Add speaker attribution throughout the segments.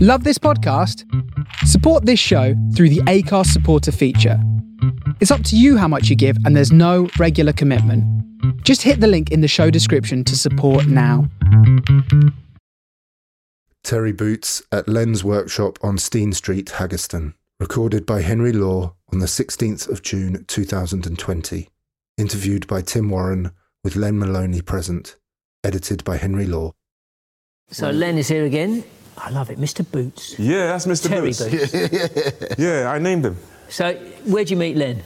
Speaker 1: Love this podcast? Support this show through the ACARS supporter feature. It's up to you how much you give, and there's no regular commitment. Just hit the link in the show description to support now.
Speaker 2: Terry Boots at Len's Workshop on Steen Street, Haggerston. Recorded by Henry Law on the 16th of June 2020. Interviewed by Tim Warren with Len Maloney present. Edited by Henry Law.
Speaker 3: So Len is here again. I love it, Mr. Boots.
Speaker 4: Yeah, that's Mr.
Speaker 3: Terry
Speaker 4: Boots.
Speaker 3: Boots.
Speaker 4: Yeah, I named him.
Speaker 3: So where'd you meet Len?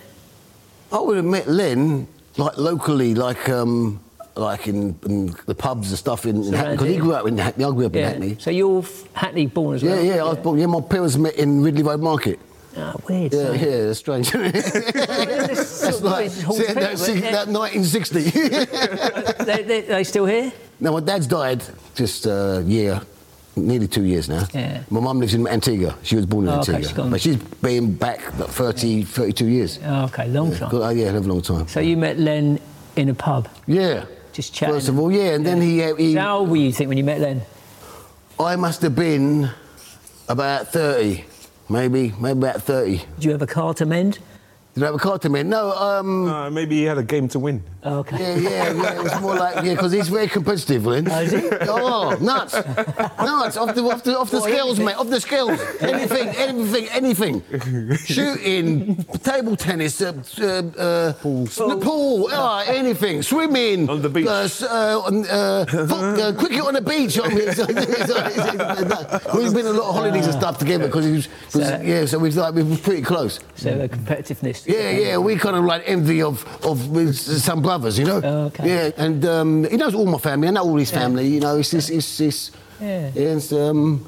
Speaker 5: I would have met Len like locally, like um, like in, in the pubs and stuff in
Speaker 3: Surrounding.
Speaker 5: because he grew up in Hackney. I grew up in Hackney.
Speaker 3: So you're f- Hackney born as
Speaker 5: Yeah,
Speaker 3: well.
Speaker 5: yeah. I was born. Yeah, my parents met in Ridley Road Market.
Speaker 3: Ah, weird.
Speaker 5: Yeah,
Speaker 3: eh?
Speaker 5: yeah. That's strange.
Speaker 3: That's
Speaker 5: that's
Speaker 3: sort of
Speaker 5: like
Speaker 3: weird Hall
Speaker 5: see,
Speaker 3: of
Speaker 5: that,
Speaker 3: Fame,
Speaker 5: see,
Speaker 3: isn't it?
Speaker 5: that 1960.
Speaker 3: They, they, they still here?
Speaker 5: now my dad's died just a year, nearly two years now.
Speaker 3: Yeah.
Speaker 5: My mum lives in Antigua. She was born in
Speaker 3: Oh, okay,
Speaker 5: Antigua,
Speaker 3: she's gone.
Speaker 5: but she's been back like, 30, 32 years.
Speaker 3: Oh, okay, long
Speaker 5: Yeah,
Speaker 3: time.
Speaker 5: good- oh, yeah, have a long time.
Speaker 3: So you met Len in a pub.
Speaker 5: Yeah.
Speaker 3: Just chatting.
Speaker 5: First of all, yeah, and then he, uh, he
Speaker 3: So how old were you think when you met Len?
Speaker 5: I must have been about 30, maybe, maybe about 30. Did
Speaker 3: Did you have a car to mend?
Speaker 5: I have a car to me? No, um,
Speaker 4: Uh, maybe he had a game to win.
Speaker 3: Oh, okay.
Speaker 5: yeah, yeah, yeah, it was more like, yeah, because he's very competitive, Lynn.
Speaker 3: Oh, is he?
Speaker 5: Oh, nuts. Nuts, off the, off the, off the
Speaker 3: Well,
Speaker 5: scales,
Speaker 3: anything.
Speaker 5: mate, off the scales. Anything, anything, anything. Shooting, table tennis, uh, uh, uh, pool, pool ah, anything, swimming.
Speaker 4: On the beach.
Speaker 5: Uh, s- uh, on, uh, fo- uh, cricket on the beach. I mean, so- so- so- so- we've been on a lot of holidays and stuff together because he was, 'cause,
Speaker 3: So-
Speaker 5: yeah, so we've like, we were pretty close.
Speaker 3: So the competitiveness.
Speaker 5: Yeah, yeah, we kind of like envy of of with some brothers, you know.
Speaker 3: Oh, okay.
Speaker 5: Yeah, and um, he knows all my family. I know all his family. You know, it's it's it's, it's
Speaker 3: Yeah.
Speaker 5: It's, um,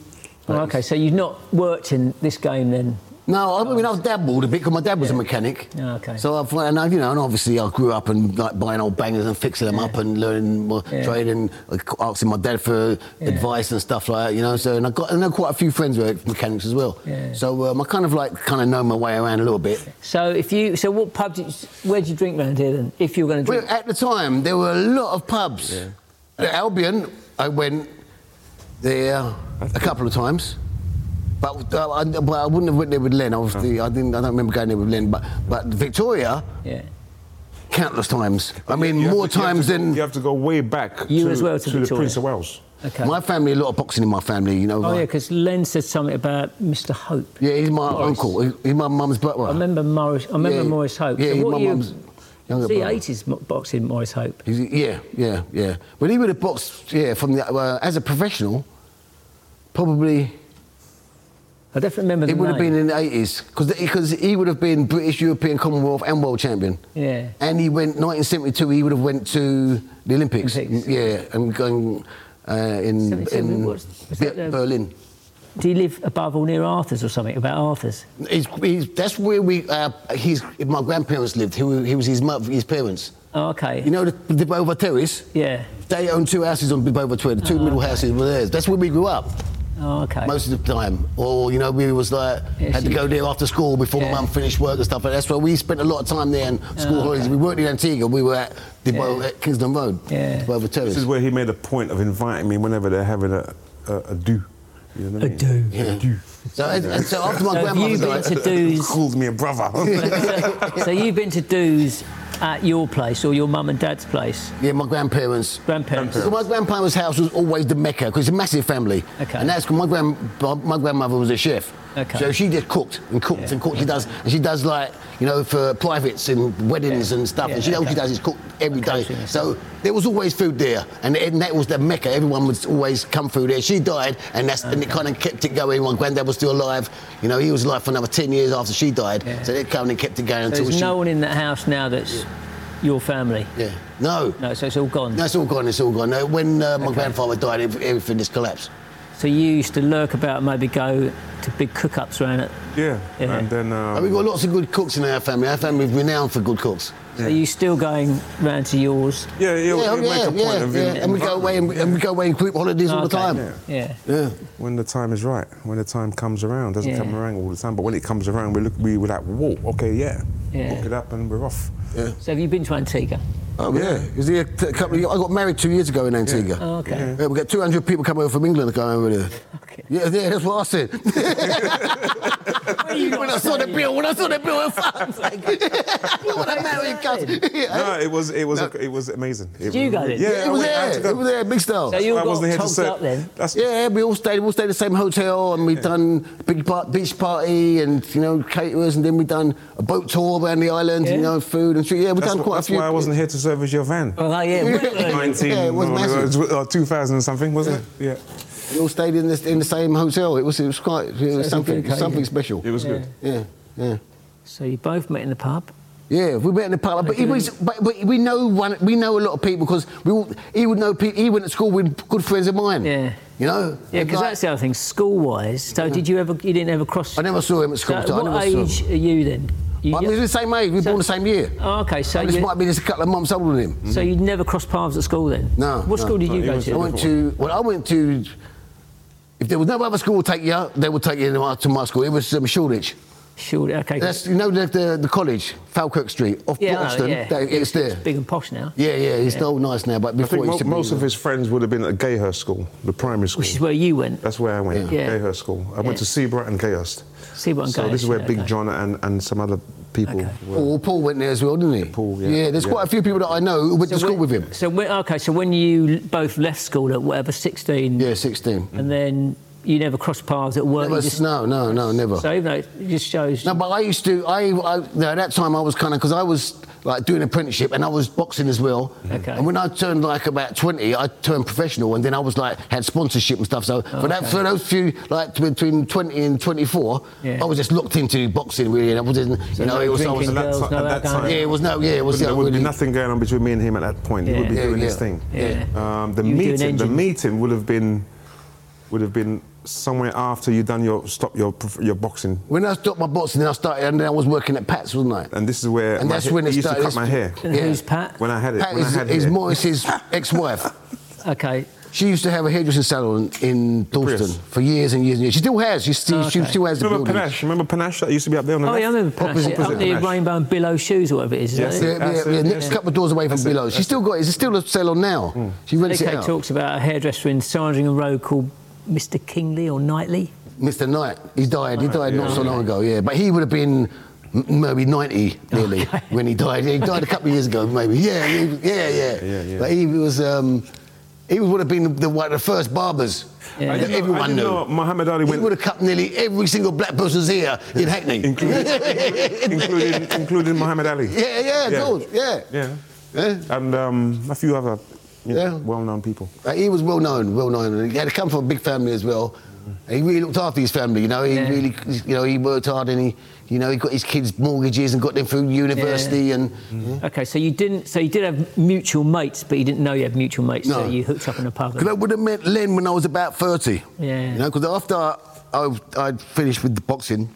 Speaker 3: Oh, okay, so you've not worked in this game then?
Speaker 5: no, I mean I've dabbled a bit because my dad was a mechanic.
Speaker 3: Oh, okay.
Speaker 5: So I've and I, you know, and obviously I grew up and like buying old bangers and fixing them up and learning my
Speaker 3: Yeah.
Speaker 5: trade and like, asking my dad for advice and stuff like that. You know, so and I got I know quite a few friends who are mechanics as well.
Speaker 3: Yeah.
Speaker 5: So um, I kind of like kind of know my way around a little bit.
Speaker 3: So if you, so what pub did you, where did you drink round here then? If you were going to drink?
Speaker 5: Well, at the time, there were a lot of pubs. At Albion, I went there a couple of times. But, uh, I, but I wouldn't have went there with Len. Obviously, I didn't. I don't remember going there with Len. But but Victoria,
Speaker 3: yeah.
Speaker 5: countless times. I mean,
Speaker 4: You have
Speaker 5: more
Speaker 4: to- you have
Speaker 5: times
Speaker 4: to go-
Speaker 5: than
Speaker 4: You have to go way back
Speaker 3: You
Speaker 4: to,
Speaker 3: as well to
Speaker 4: the
Speaker 3: Victoria.
Speaker 4: Prince of Wales.
Speaker 3: Okay.
Speaker 5: my family. A lot of boxing in my family. You know.
Speaker 3: oh, yeah,
Speaker 5: like-
Speaker 3: because Len said something about Mr. Hope.
Speaker 5: yeah, he's my
Speaker 3: Morris.
Speaker 5: uncle. He- He's my mum's brother.
Speaker 3: I remember Morris. I remember
Speaker 5: Yeah,
Speaker 3: Morris Hope.
Speaker 5: Yeah,
Speaker 3: so
Speaker 5: he's
Speaker 3: what
Speaker 5: my
Speaker 3: year-
Speaker 5: mum's younger
Speaker 3: was he
Speaker 5: brother.
Speaker 3: 80s mo- boxing Morris Hope.
Speaker 5: He's, yeah, yeah, yeah. Well, he would have boxed, yeah, from the, uh, as a professional, probably
Speaker 3: I definitely remember.
Speaker 5: It
Speaker 3: the
Speaker 5: would have
Speaker 3: name.
Speaker 5: been in the 80s because he would have been British, European, Commonwealth, and World Champion.
Speaker 3: Yeah.
Speaker 5: And he went 1972. He would have went to the Olympics.
Speaker 3: Olympics.
Speaker 5: Yeah, and going uh, in,
Speaker 3: 72,
Speaker 5: in
Speaker 3: was- was that the-
Speaker 5: Berlin.
Speaker 3: Do you live above or near Arthur's or something? About Arthur's.
Speaker 5: He's, he's, that's where we. Uh, he's, my grandparents lived. He was, he was his mother, his parents.
Speaker 3: Oh, okay.
Speaker 5: You know the, the Bova Terrace.
Speaker 3: yeah.
Speaker 5: They own two houses on Bova Terrace. The two middle houses were theirs. That's where we grew up.
Speaker 3: Oh, okay.
Speaker 5: most of the time. Or you know, we was like
Speaker 3: Yeah,
Speaker 5: had to
Speaker 3: she-
Speaker 5: go there after school before
Speaker 3: Yeah. Oh,
Speaker 5: my mum finished work and stuff. like that. that's why we spent a lot of time there and school holidays. We weren't in Antigua. We were at the
Speaker 3: Yeah.
Speaker 5: Bo- at Kingston Road,
Speaker 3: Yeah.
Speaker 5: Bo- Bo- Terrace.
Speaker 4: This is where he made a point of inviting me whenever they're having a, a, a do. You know what I mean?
Speaker 3: do.
Speaker 4: A do.
Speaker 5: So, and, and so after my
Speaker 3: So have you
Speaker 5: grandmother
Speaker 3: been
Speaker 5: died,
Speaker 3: to Do's?
Speaker 4: Called me a brother.
Speaker 3: so you've been to Do's at your place or your mum and dad's place,
Speaker 5: yeah, my grandparents.
Speaker 3: grandparents.
Speaker 5: So my grandparents' house was always the mecca because it's a massive family,
Speaker 3: Okay.
Speaker 5: and that's my grand my grandmother was a chef,
Speaker 3: Okay.
Speaker 5: so she just cooked and cooked
Speaker 3: Yeah.
Speaker 5: and cooked. She does and she does like you know for privates and weddings
Speaker 3: Yeah.
Speaker 5: and stuff,
Speaker 3: Yeah,
Speaker 5: and she all
Speaker 3: okay.
Speaker 5: she does is cook every day.
Speaker 3: Catering and
Speaker 5: So there was always food there, and, and that was the mecca. Everyone would always come through there. She died, and that's and it kind of kept it going. My granddad was still alive, you know, he was alive for another ten years after she died,
Speaker 3: Yeah.
Speaker 5: so that kind of kept it going
Speaker 3: So
Speaker 5: until
Speaker 3: there's
Speaker 5: she.
Speaker 3: no one in that house now that's your family.
Speaker 5: yeah, no.
Speaker 3: No, so it's all gone.
Speaker 5: That's all gone. It's all gone. No, When uh, my grandfather died, ev- everything just collapsed.
Speaker 3: So you used to lurk about, and maybe go to big cook-ups around it.
Speaker 4: yeah.
Speaker 3: Yeah.
Speaker 4: And then. Um,
Speaker 5: And we've got lots of good cooks in our family. Our family is renowned for good cooks.
Speaker 3: So you still going round to yours?
Speaker 4: yeah, he'll,
Speaker 5: yeah,
Speaker 4: he'll
Speaker 5: yeah,
Speaker 4: make a point
Speaker 5: yeah,
Speaker 4: of
Speaker 5: yeah. And we go away and, and we go away in group holidays all the
Speaker 3: Okay.
Speaker 5: time.
Speaker 3: Yeah.
Speaker 5: Yeah.
Speaker 4: When the time is right, when the time comes around, doesn't
Speaker 3: Yeah.
Speaker 4: come around all the time, but when it comes around, we look, we were like, whoa, okay, yeah,
Speaker 3: Yeah.
Speaker 4: book it up and we're off.
Speaker 3: So have you been to Antigua?
Speaker 5: Oh yeah. Is there a t- a couple of, I got married two years ago in Antigua.
Speaker 3: Oh, okay.
Speaker 5: Yeah, we got 200 people come over from England to go over there.
Speaker 3: Okay.
Speaker 5: Yeah, yeah, that's what I said.
Speaker 3: you
Speaker 5: when
Speaker 3: not
Speaker 5: I saw the
Speaker 3: saying?
Speaker 5: bill, when I saw the bill, I was like, you want to marry a cousin? Yeah,
Speaker 4: No, it was it was it was amazing. It
Speaker 3: you go then?
Speaker 4: Yeah,
Speaker 5: it
Speaker 4: I
Speaker 5: was
Speaker 4: went- I had to
Speaker 5: there.
Speaker 4: go.
Speaker 5: It was there, big style.
Speaker 3: So you
Speaker 4: I
Speaker 3: got
Speaker 4: wasn't here to
Speaker 3: togged
Speaker 4: say.
Speaker 3: up then.
Speaker 4: That's
Speaker 5: Yeah, we all stayed. We all stayed at the same hotel, and we done big par- beach party, and you know caterers, and then we done a boat tour around the island,
Speaker 3: Yeah.
Speaker 5: you know food and shit. Yeah, we
Speaker 4: That's,
Speaker 5: done
Speaker 4: wh-
Speaker 5: quite
Speaker 4: that's
Speaker 5: a few.
Speaker 4: why I wasn't here to service your van.
Speaker 3: Well, Oh, uh, yeah,
Speaker 5: Yeah.
Speaker 3: well,
Speaker 4: Nineteen,
Speaker 5: Yeah, it was massive.
Speaker 4: uh, 2000 and something, wasn't it?
Speaker 5: We all stayed in this in the same hotel. It was it was quite it was
Speaker 3: it's a
Speaker 5: something
Speaker 3: good occasion.
Speaker 5: something special.
Speaker 4: Yeah, it was good.
Speaker 5: Yeah, yeah.
Speaker 3: so you both met in the pub.
Speaker 5: Yeah, we met in the pub, but he was, but, but we know one, we know a lot of people because we all, he would know people. He went to school with good friends of mine.
Speaker 3: Yeah.
Speaker 5: you know.
Speaker 3: Yeah, because
Speaker 5: Like,
Speaker 3: that's the other thing. School-wise, so did you ever? You didn't ever cross?
Speaker 5: I never saw him at school.
Speaker 3: So
Speaker 5: I
Speaker 3: what
Speaker 5: never saw him.
Speaker 3: age are you then? You,
Speaker 5: I mean, we're the same age. We were
Speaker 3: So-
Speaker 5: born the same year.
Speaker 3: Oh, okay, so
Speaker 5: this
Speaker 3: you-
Speaker 5: might be just a couple of months older than him.
Speaker 3: so you never crossed paths at school then?
Speaker 5: No,
Speaker 3: What
Speaker 5: no.
Speaker 3: school did you
Speaker 4: he
Speaker 3: go
Speaker 4: was-
Speaker 5: I
Speaker 3: to?
Speaker 5: went to well, I went to. If there was no other school to take you, they would take you to my, to my school. It was um, Shoreditch.
Speaker 3: Sure. Okay.
Speaker 5: That's you know the the, the college, Falkirk Street, off
Speaker 3: yeah, I know,
Speaker 5: Broxton.
Speaker 3: yeah.
Speaker 5: That- it's there.
Speaker 3: Big and posh now.
Speaker 5: Yeah, yeah, it's all nice now, but
Speaker 4: I think
Speaker 5: before it
Speaker 4: mo-
Speaker 5: used to be-
Speaker 4: most of his friends would have been at Gayhurst School, the primary school.
Speaker 3: Which is where you went.
Speaker 4: That's where I went,
Speaker 3: Yeah. Yeah.
Speaker 4: Gayhurst School. I went
Speaker 3: Yeah.
Speaker 4: to Seabright and Gayhurst.
Speaker 3: Seabright and
Speaker 4: so this is
Speaker 3: Gayhurst,
Speaker 4: where
Speaker 3: yeah,
Speaker 4: Big
Speaker 3: okay.
Speaker 4: John and, and some other people were.
Speaker 5: Paul, Paul went there as well, didn't he?
Speaker 4: Paul, yeah,
Speaker 5: Yeah, there's
Speaker 4: yeah.
Speaker 5: quite a few people that I know who went to school
Speaker 3: when-
Speaker 5: with him.
Speaker 3: So when, okay, so when you both left school at whatever 16,
Speaker 5: Yeah, 16.
Speaker 3: and then you never crossed paths at work.
Speaker 5: Never-
Speaker 3: you just-
Speaker 5: no, no, no, never.
Speaker 3: So even though it just shows.
Speaker 5: No, but I used to. I, I no, at that time I was kind of because I was like doing apprenticeship and I was boxing as well.
Speaker 3: Okay.
Speaker 5: And when I turned like about twenty, I turned professional, and then I was like had sponsorship and stuff. So for that,
Speaker 3: okay.
Speaker 5: for those few like t- between twenty and twenty-four,
Speaker 3: Yeah.
Speaker 5: I was just locked into boxing really, and I wasn't, you know,
Speaker 3: no
Speaker 5: it was. I was
Speaker 3: drinking
Speaker 4: at that
Speaker 3: girls,
Speaker 4: ti-
Speaker 3: no
Speaker 4: at that
Speaker 3: alcohol.
Speaker 5: yeah,
Speaker 4: time.
Speaker 5: it was no, yeah, it was.
Speaker 4: there
Speaker 5: yeah,
Speaker 4: would be
Speaker 5: really-
Speaker 4: nothing going on between me and him at that point. He would be
Speaker 3: Yeah.
Speaker 4: doing
Speaker 5: Yeah,
Speaker 4: his
Speaker 5: yeah.
Speaker 4: thing.
Speaker 3: Yeah.
Speaker 4: Um, the
Speaker 3: You were doing
Speaker 4: meeting, the
Speaker 3: engines.
Speaker 4: meeting would have been, would have been somewhere after you done your stop your prof- your boxing,
Speaker 5: When I stopped my boxing, then I started, and then I was working at Pat's, wasn't I?
Speaker 4: and this is where
Speaker 5: And
Speaker 4: my
Speaker 5: that's
Speaker 4: hair-
Speaker 5: when
Speaker 4: I
Speaker 5: it
Speaker 4: used to
Speaker 5: started.
Speaker 4: cut my hair.
Speaker 3: And who's Pat?
Speaker 4: When I had it,
Speaker 5: Pat
Speaker 4: when I
Speaker 5: is,
Speaker 4: had
Speaker 5: is
Speaker 4: hair.
Speaker 5: Morris's ex-wife.
Speaker 3: Okay.
Speaker 5: She used to have a hairdressing salon in Dalston
Speaker 4: Prius.
Speaker 5: for years and years and years. She still has. She still,
Speaker 3: Oh,
Speaker 5: she
Speaker 3: okay.
Speaker 5: still has the
Speaker 4: Remember
Speaker 5: building.
Speaker 4: Panache? Remember Panache that used to be up there on the
Speaker 3: Oh,
Speaker 4: left?
Speaker 3: yeah, I remember Panache.
Speaker 4: Opposite,
Speaker 3: up near
Speaker 4: Panache.
Speaker 3: Rainbow and Billow Shoes or whatever it is. Is
Speaker 4: Yes,
Speaker 3: that it?
Speaker 5: Yeah,
Speaker 4: That's
Speaker 5: yeah, yeah,
Speaker 4: it,
Speaker 5: next
Speaker 4: yeah.
Speaker 5: couple of doors away from Billows. She still got it. Hmm. It's still a salon now. She rents it
Speaker 3: Okay,
Speaker 5: out.
Speaker 3: talks about a hairdresser in Sandringham Road called Mr. Kingley or Knightley.
Speaker 5: Mr. Knight, he died. He died not
Speaker 3: yeah.
Speaker 5: so long ago. Yeah, but he would have been m- maybe 90 nearly
Speaker 3: Okay.
Speaker 5: when he died. Yeah, he died a couple of years ago, maybe. Yeah, he- yeah, yeah.
Speaker 4: Yeah, yeah.
Speaker 5: But he was. Um, he would have been the, one of the first barbers
Speaker 3: Yeah.
Speaker 5: that
Speaker 4: I didn't know-
Speaker 5: everyone
Speaker 4: I didn't
Speaker 5: knew.
Speaker 4: know Muhammad Ali
Speaker 5: he
Speaker 4: went-
Speaker 5: would have cut nearly every single black person's ear in Hackney.
Speaker 4: including, including Muhammad Ali.
Speaker 5: Yeah, yeah,
Speaker 4: Yeah.
Speaker 5: dude, yeah.
Speaker 4: Yeah.
Speaker 5: Yeah.
Speaker 4: And um, a few other you know,
Speaker 5: Yeah.
Speaker 4: well-known people.
Speaker 5: Uh, he was well known, well known, and he had come from a big family as well. He really looked after his family, you know. He
Speaker 3: Yeah.
Speaker 5: really, you know, he worked hard and he, you know, he got his kids' mortgages and got them through university and Mm-hmm.
Speaker 3: Okay, so you didn't. So you did have mutual mates, but you didn't know you had mutual mates. So
Speaker 5: No.
Speaker 3: you hooked up in a pub.
Speaker 5: Because I would have met Len when I was about 30.
Speaker 3: Yeah.
Speaker 5: You know, because after I, I'd finished with the boxing,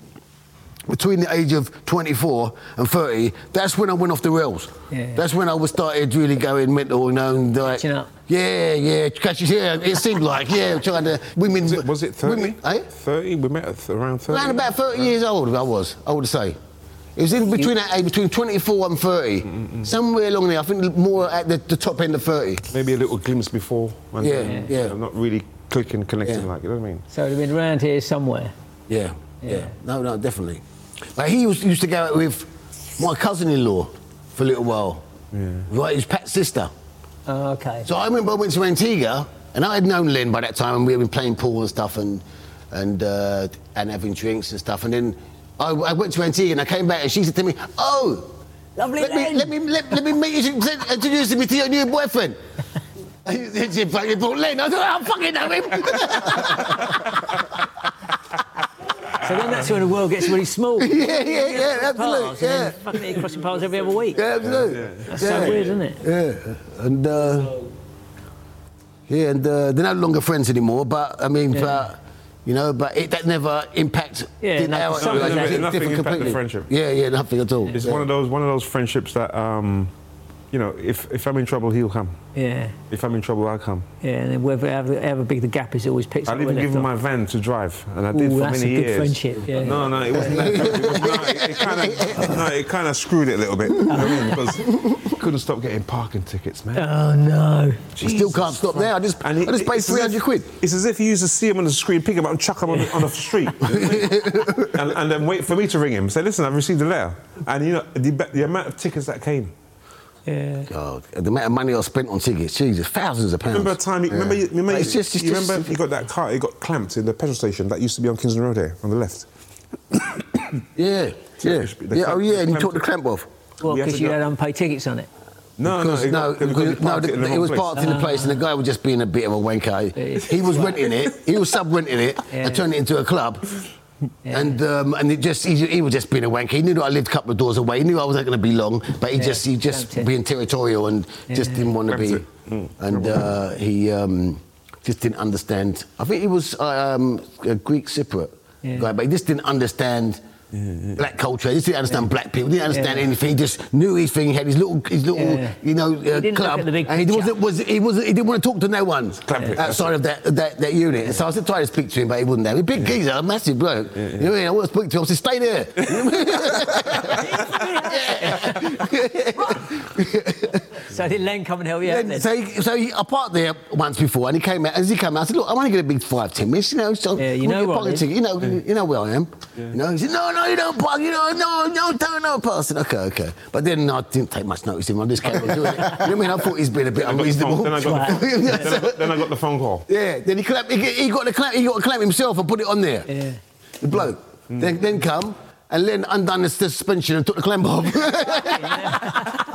Speaker 5: between the age of 24 and 30, that's when I went off the rails.
Speaker 3: Yeah.
Speaker 5: That's when I was started really going mental, you know, and like,
Speaker 3: Catching up.
Speaker 5: Yeah, yeah, catching, yeah, it seemed like, yeah, trying to, women.
Speaker 4: Was it, was it 30?
Speaker 5: Women, eh?
Speaker 4: 30? We met at th- around 30.
Speaker 5: Around about 30 years old, I was, I would say. It was in between that age, between 24 and 30. Somewhere along there, I think more at the, the top end of 30.
Speaker 4: Maybe a little glimpse before. and
Speaker 5: Yeah,
Speaker 4: then
Speaker 5: yeah.
Speaker 4: I'm not really clicking, connecting
Speaker 5: Yeah.
Speaker 4: like, you know what I mean?
Speaker 3: So it'd have been around here somewhere.
Speaker 5: Yeah, yeah.
Speaker 3: Yeah.
Speaker 5: No, no, definitely. Like he used, used to go out with my cousin-in-law for a little while. Yeah. Right, his Pat's sister.
Speaker 3: Oh, okay.
Speaker 5: So I remember I went to Antigua, and I had known Lynn by that time, and we had been playing pool and stuff, and and uh, and having drinks and stuff. And then I, I went to Antigua, and I came back, and she said to me, "Oh,
Speaker 3: Lovely
Speaker 5: let me
Speaker 3: Lynn."
Speaker 5: let me let, let me meet you, to- introduce me to your new boyfriend." And she- She fucking brought Lynn. I thought, I fucking know him.
Speaker 3: So then that's when the world gets really small.
Speaker 5: yeah, yeah, yeah,
Speaker 3: Paths,
Speaker 5: absolutely.
Speaker 3: and
Speaker 5: Yeah,
Speaker 3: then Fucking you're crossing paths every other week.
Speaker 5: yeah, absolutely.
Speaker 3: That's so weird, isn't it?
Speaker 5: Yeah, and uh, yeah, and uh, they're no longer friends anymore. But I mean,
Speaker 3: Yeah.
Speaker 5: but you know, but it, that never impact.
Speaker 3: Yeah,
Speaker 5: did
Speaker 3: no,
Speaker 5: our
Speaker 3: some-
Speaker 5: relationship
Speaker 4: nothing
Speaker 5: differ
Speaker 4: impact the
Speaker 5: completely.
Speaker 4: friendship.
Speaker 5: Yeah, yeah, nothing at all.
Speaker 4: It's
Speaker 5: yeah.
Speaker 4: one of those one of those friendships that um, you know, if, if I'm in trouble, he'll come.
Speaker 3: Yeah,
Speaker 4: If I'm in trouble, I'll come.
Speaker 3: yeah. And then whether however, however big the gap is, it always picks up.
Speaker 4: I'll even
Speaker 3: where
Speaker 4: give
Speaker 3: left
Speaker 4: him
Speaker 3: off.
Speaker 4: my van to drive, and I did
Speaker 3: Ooh,
Speaker 4: for
Speaker 3: that's a
Speaker 4: many
Speaker 3: good
Speaker 4: years.
Speaker 3: friendship, yeah.
Speaker 4: No, no, it wasn't that. It, was, no, it, kind of, no, it kind of screwed it a little bit. You know what I mean? Because couldn't stop getting parking tickets, man.
Speaker 3: Oh no!
Speaker 5: Still can't stop now. I just,
Speaker 4: And
Speaker 5: I
Speaker 4: it-
Speaker 5: just paid
Speaker 4: it's as if-
Speaker 5: 300 quid.
Speaker 4: It's as if you used to see him on the screen, pick him up and chuck him on, the- on the street. and, and then wait for me to ring him. Say, listen, I've received a letter. And you know, the, ba- the amount of tickets that came.
Speaker 3: Yeah.
Speaker 5: God, Oh, the amount of money I spent on tickets, Jesus, thousands of pounds.
Speaker 4: Remember a time, you, remember, you, remember,
Speaker 5: It's just- it's
Speaker 4: you
Speaker 5: just-
Speaker 4: remember you got that car, it got clamped in the petrol station that used to be on Kingston Road here, on the left.
Speaker 5: Yeah, yeah,
Speaker 4: The
Speaker 5: yeah. Oh
Speaker 4: clamp-
Speaker 5: yeah, and you
Speaker 4: clamp-
Speaker 5: took the clamp off.
Speaker 3: Well,
Speaker 4: We had
Speaker 3: because
Speaker 4: to
Speaker 3: you
Speaker 4: go-
Speaker 3: had unpaid tickets on it.
Speaker 4: No,
Speaker 5: Because,
Speaker 4: no,
Speaker 5: no,
Speaker 4: it, got- because you
Speaker 5: because- no,
Speaker 4: parked it in the
Speaker 5: the- it
Speaker 4: wrong
Speaker 5: was
Speaker 4: place.
Speaker 5: parked in the place, and the guy was just being a bit of a wanker.
Speaker 3: is.
Speaker 5: He was renting it. He was sub-renting it
Speaker 3: Yeah.
Speaker 5: and turned it into a club. And um, and it just he, he was just being a wanker. He knew that I lived a couple of doors away. He knew I wasn't going to be long, but he
Speaker 3: Yeah,
Speaker 5: just he just
Speaker 3: clamped it.
Speaker 5: being territorial and just
Speaker 3: Yeah.
Speaker 5: didn't want to
Speaker 4: Clamped
Speaker 5: be.
Speaker 4: it. Mm.
Speaker 5: And uh, he um, just didn't understand. I think he was um, a Greek Cypriot
Speaker 3: Yeah.
Speaker 5: guy, but he just didn't understand. Black culture. He just didn't understand black people. He didn't understand
Speaker 3: Yeah.
Speaker 5: anything. He just knew his thing. He had his little, his little,
Speaker 3: Yeah.
Speaker 5: you know, uh,
Speaker 3: He didn't look
Speaker 5: club,
Speaker 3: at the big
Speaker 5: and he
Speaker 3: picture.
Speaker 5: wasn't, was, he wasn't, he didn't want to talk to no one
Speaker 4: Club it, that's
Speaker 5: outside of that, that, that unit. So I was trying to speak to him, but he wouldn't have. He's a big geezer, a massive bloke. You know what I mean? I want to speak to him. I said, stay there.
Speaker 3: So did Len come and help you out
Speaker 5: And
Speaker 3: then?
Speaker 5: so, he, so he, I parked there once before, and he came out. As he came out, I said, "Look, I'm only going to be five, ten minutes, you know. So
Speaker 3: Yeah, you
Speaker 5: we'll
Speaker 3: know
Speaker 5: get
Speaker 3: where I
Speaker 5: parking
Speaker 3: live.
Speaker 5: ticket, you know, you know where I am. You know, he said, "No, no, you don't park. You know, no, no, don't, no, park." I said, "Okay, okay." But then I didn't take much notice of him. I just kept on doing it. You know what I mean? I thought he's been a bit
Speaker 4: I got the phone-
Speaker 5: unreasonable.
Speaker 4: Then I got the phone-
Speaker 5: Yeah,
Speaker 4: then I- then I got the phone call.
Speaker 5: Yeah, then he clamped, he, he got the clamp, he got the clamp himself and put it on there.
Speaker 3: Yeah.
Speaker 5: The bloke.
Speaker 4: Hmm.
Speaker 5: Then, then come and then undone the suspension and took the clamp off.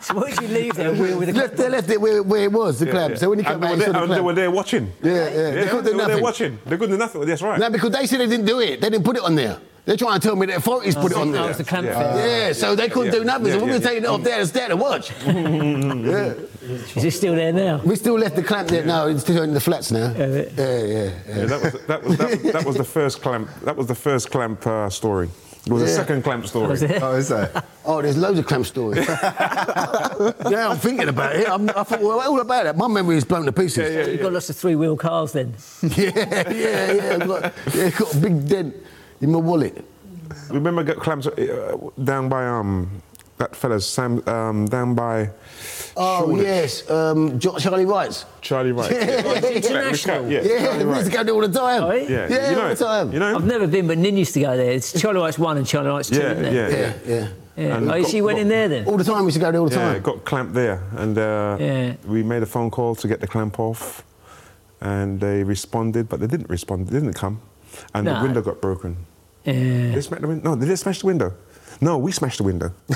Speaker 3: So why did you leave there with with
Speaker 5: left,
Speaker 3: the
Speaker 5: they left it where, where it was, the clamp. So when he came
Speaker 4: and they
Speaker 5: back,
Speaker 4: were,
Speaker 5: he
Speaker 4: there,
Speaker 5: saw the
Speaker 4: and they were
Speaker 5: clamp.
Speaker 4: there watching.
Speaker 5: Yeah, yeah. They
Speaker 4: They,
Speaker 5: couldn't do
Speaker 4: were there
Speaker 5: nothing.
Speaker 4: watching. They couldn't do nothing. That's right.
Speaker 5: No, because they said they didn't do it. They didn't put it on there. They're trying to tell me the authorities put it on
Speaker 3: that
Speaker 5: there.
Speaker 3: was the clamp
Speaker 4: Yeah.
Speaker 3: thing.
Speaker 5: yeah, so they couldn't
Speaker 4: Yeah.
Speaker 5: do nothing.
Speaker 4: Yeah,
Speaker 5: so we're
Speaker 4: yeah,
Speaker 5: going to take it off there. It's there to watch. yeah.
Speaker 3: Is it still there now?
Speaker 5: We still left the clamp there. No, it's still in the flats now.
Speaker 3: Yeah,
Speaker 5: Yeah,
Speaker 3: but-
Speaker 5: yeah, yeah.
Speaker 4: Yeah, that, was, that, was, that, was, that was the first clamp. That was the first clamp uh, story. It was the
Speaker 5: Yeah.
Speaker 4: second clamp story.
Speaker 3: Was it?
Speaker 2: Oh, is that?
Speaker 5: Oh, there's loads of clamp stories. yeah, I'm thinking about it. I'm, I thought, well, all about it. My memory is blown to pieces.
Speaker 4: Yeah,
Speaker 3: You've
Speaker 4: yeah.
Speaker 3: got lots of three-wheel cars then.
Speaker 5: yeah, yeah, yeah. I've got, yeah, I've got a big dent in my wallet.
Speaker 4: Remember got clamps uh, down by um that fella's Sam um, down by
Speaker 5: Oh, yes, um, Jo- Charlie Wrights.
Speaker 4: Charlie Wright.
Speaker 3: international.
Speaker 4: Yeah,
Speaker 5: Yeah,
Speaker 4: Charlie
Speaker 5: we used
Speaker 4: Wright.
Speaker 5: to go there all the time.
Speaker 3: Oh, yeah?
Speaker 4: Yeah,
Speaker 5: Yeah,
Speaker 4: you
Speaker 5: all
Speaker 4: know
Speaker 5: the
Speaker 4: it.
Speaker 5: time.
Speaker 4: You know.
Speaker 3: I've never been, but Nin used to go there. It's Charlie White's one and Charlie White's two,
Speaker 4: Yeah,
Speaker 3: isn't it?
Speaker 4: yeah,
Speaker 5: Yeah, yeah.
Speaker 3: Yeah.
Speaker 4: And
Speaker 3: oh,
Speaker 4: got-
Speaker 3: she went
Speaker 4: got-
Speaker 3: in there then.
Speaker 5: All the time, we used to go there all the
Speaker 4: Yeah,
Speaker 5: time.
Speaker 4: got clamped there, and uh,
Speaker 3: Yeah.
Speaker 4: we made a phone call to get the clamp off, and they responded, but they didn't respond. They didn't come, and
Speaker 3: No.
Speaker 4: the window got broken.
Speaker 3: Yeah.
Speaker 4: They smacked the window. No, did they smash the window? No, we smashed the window.
Speaker 5: Oh,